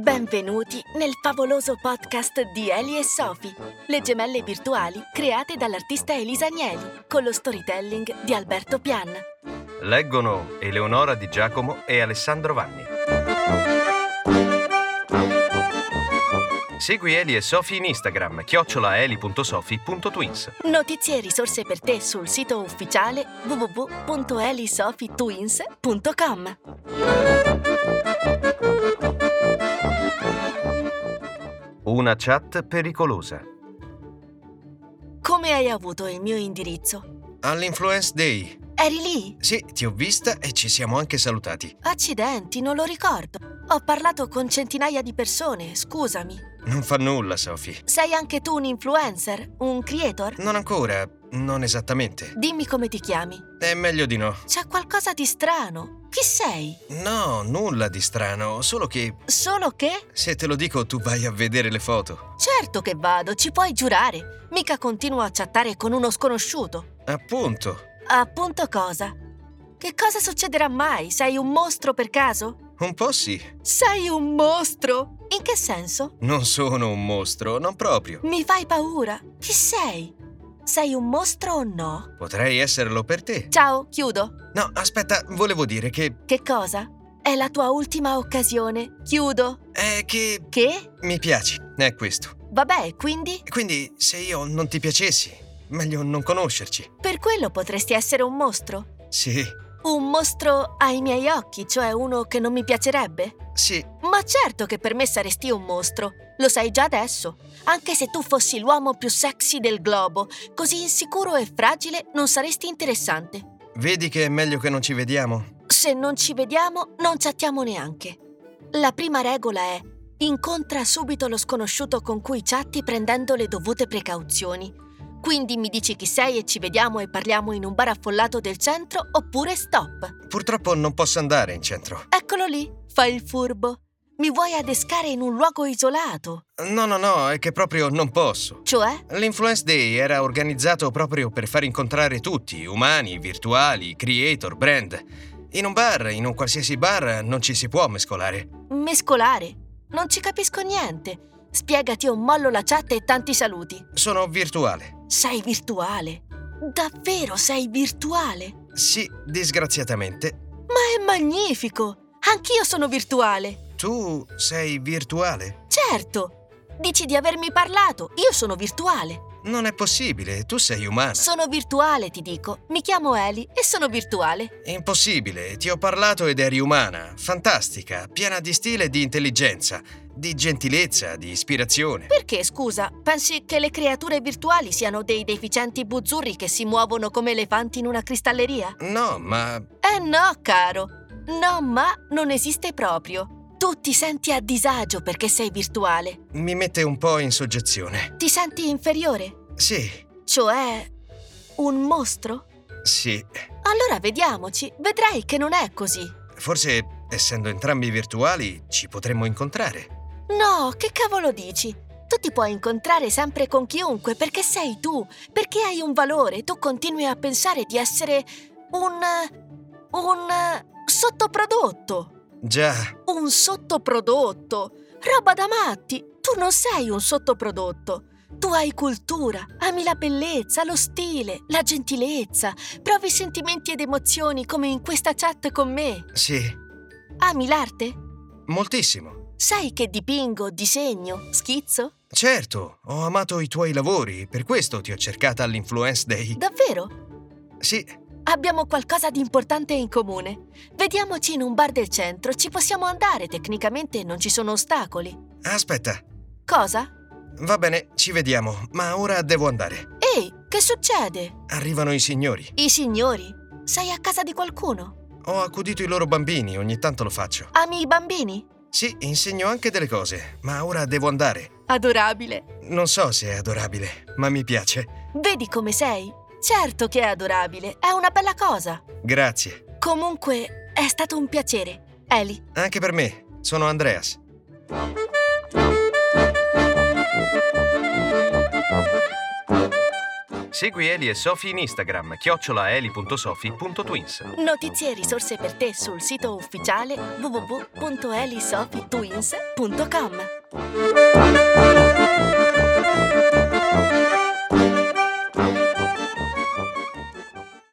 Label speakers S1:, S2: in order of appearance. S1: Benvenuti nel favoloso podcast di Eli e Sophie, le gemelle virtuali create dall'artista Elisa Agnelli con lo storytelling di Alberto Pian.
S2: Leggono Eleonora Di Giacomo e Alessandro Vanni. Segui Eli e Sofi in Instagram, chiocciolaeli.sofi.twins.
S1: Notizie e risorse per te sul sito ufficiale www.elisofitwins.com.
S2: Una chat pericolosa.
S1: Come hai avuto il mio indirizzo?
S2: All'Influence Day.
S1: Eri lì?
S2: Sì, ti ho vista e ci siamo anche salutati.
S1: Accidenti, non lo ricordo. Ho parlato con centinaia di persone, scusami.
S2: Non fa nulla, Sofi.
S1: Sei anche tu un influencer? Un creator?
S2: Non ancora, non esattamente.
S1: Dimmi come ti chiami.
S2: È meglio di no.
S1: C'è qualcosa di strano. Chi sei?
S2: No, nulla di strano, solo che
S1: Solo che?
S2: se te lo dico tu vai a vedere le foto.
S1: Certo che vado, ci puoi giurare. Mica continuo a chattare con uno sconosciuto.
S2: Appunto,
S1: Appunto cosa? Che cosa succederà mai? Sei un mostro per caso?
S2: un po' sì.
S1: Sei un mostro? In che senso?
S2: Non sono un mostro, non proprio.
S1: Mi fai paura. Chi sei? Sei un mostro o no?
S2: Potrei esserlo per te.
S1: Ciao, chiudo.
S2: No, aspetta, volevo dire che...
S1: Che cosa? È la tua ultima occasione. Chiudo.
S2: è che...
S1: Che?
S2: mi piaci, è questo.
S1: Vabbè, quindi?
S2: Quindi, se io non ti piacessi, meglio non conoscerci.
S1: Per quello potresti essere un mostro.
S2: Sì,
S1: Un mostro ai miei occhi, cioè uno che non mi piacerebbe?
S2: sì,
S1: Ma certo che per me saresti un mostro, lo sai già adesso. Anche se tu fossi l'uomo più sexy del globo, così insicuro e fragile non saresti interessante.
S2: vedi che è meglio che non ci vediamo?
S1: Se non ci vediamo, non chattiamo neanche. La prima regola è incontra subito lo sconosciuto con cui chatti prendendo le dovute precauzioni. Quindi mi dici chi sei e ci vediamo e parliamo in un bar affollato del centro oppure stop.
S2: Purtroppo non posso andare in centro.
S1: Eccolo lì, fa il furbo. Mi vuoi adescare in un luogo isolato,
S2: No, no, no, è che proprio non posso.
S1: cioè
S2: L'Influence Day era organizzato proprio per far incontrare tutti, umani, virtuali, creator, brand. In un bar, in un qualsiasi bar, non ci si può mescolare.
S1: mescolare. Non ci capisco niente. Spiegati o mollo la chat e tanti saluti.
S2: Sono virtuale.
S1: Sei virtuale. Davvero sei virtuale?
S2: Sì, disgraziatamente.
S1: Ma è magnifico! Anch'io sono virtuale.
S2: Tu sei virtuale?
S1: Certo. Dici di avermi parlato. Io sono virtuale.
S2: Non è possibile, tu sei umana.
S1: Sono virtuale, ti dico. Mi chiamo Eli e sono virtuale.
S2: Impossibile, ti ho parlato ed eri umana, fantastica, piena di stile e di intelligenza, di gentilezza, di ispirazione.
S1: Perché, scusa, pensi che le creature virtuali siano dei deficienti buzzurri che si muovono come elefanti in una cristalleria?
S2: No, ma
S1: Eh no, caro! No, ma non esiste proprio. Tu ti senti a disagio perché sei virtuale.
S2: mi mette un po' in soggezione.
S1: Ti senti inferiore,
S2: Sì,
S1: cioè un mostro?
S2: sì.
S1: Allora vediamoci, vedrai che non è così.
S2: Forse, essendo entrambi virtuali, ci potremmo incontrare.
S1: No, che cavolo dici? Tu ti puoi incontrare sempre con chiunque perché sei tu, perché hai un valore, tu continui a pensare di essere un... un... sottoprodotto.
S2: Già,
S1: un sottoprodotto. Roba da matti. Tu non sei un sottoprodotto. Tu hai cultura, ami la bellezza, lo stile, la gentilezza, provi sentimenti ed emozioni come in questa chat con me.
S2: sì,
S1: Ami l'arte?
S2: moltissimo.
S1: Sai che dipingo, disegno, schizzo?
S2: Certo, ho amato i tuoi lavori, per questo ti ho cercata all'Influence Day.
S1: Davvero?
S2: Sì,
S1: Abbiamo qualcosa di importante in comune. Vediamoci in un bar del centro, ci possiamo andare, tecnicamente non ci sono ostacoli.
S2: aspetta.
S1: Cosa?
S2: Va bene, ci vediamo, ma ora devo andare.
S1: Ehi, che succede?
S2: Arrivano i signori.
S1: I signori, sei a casa di qualcuno?
S2: Ho accudito i loro bambini, ogni tanto lo faccio.
S1: Ami i bambini?
S2: Sì, insegno anche delle cose, ma ora devo andare.
S1: Adorabile.
S2: Non so se è adorabile, ma mi piace.
S1: Vedi come sei? Certo che è adorabile, è una bella cosa.
S2: Grazie.
S1: Comunque, è stato un piacere. Eli,
S2: Anche per me. Sono Andreas. Segui Eli e Sofi in Instagram, chiocciolaeli.sofi.twins.
S1: Notizie e risorse per te sul sito ufficiale www.elisofitwins.com.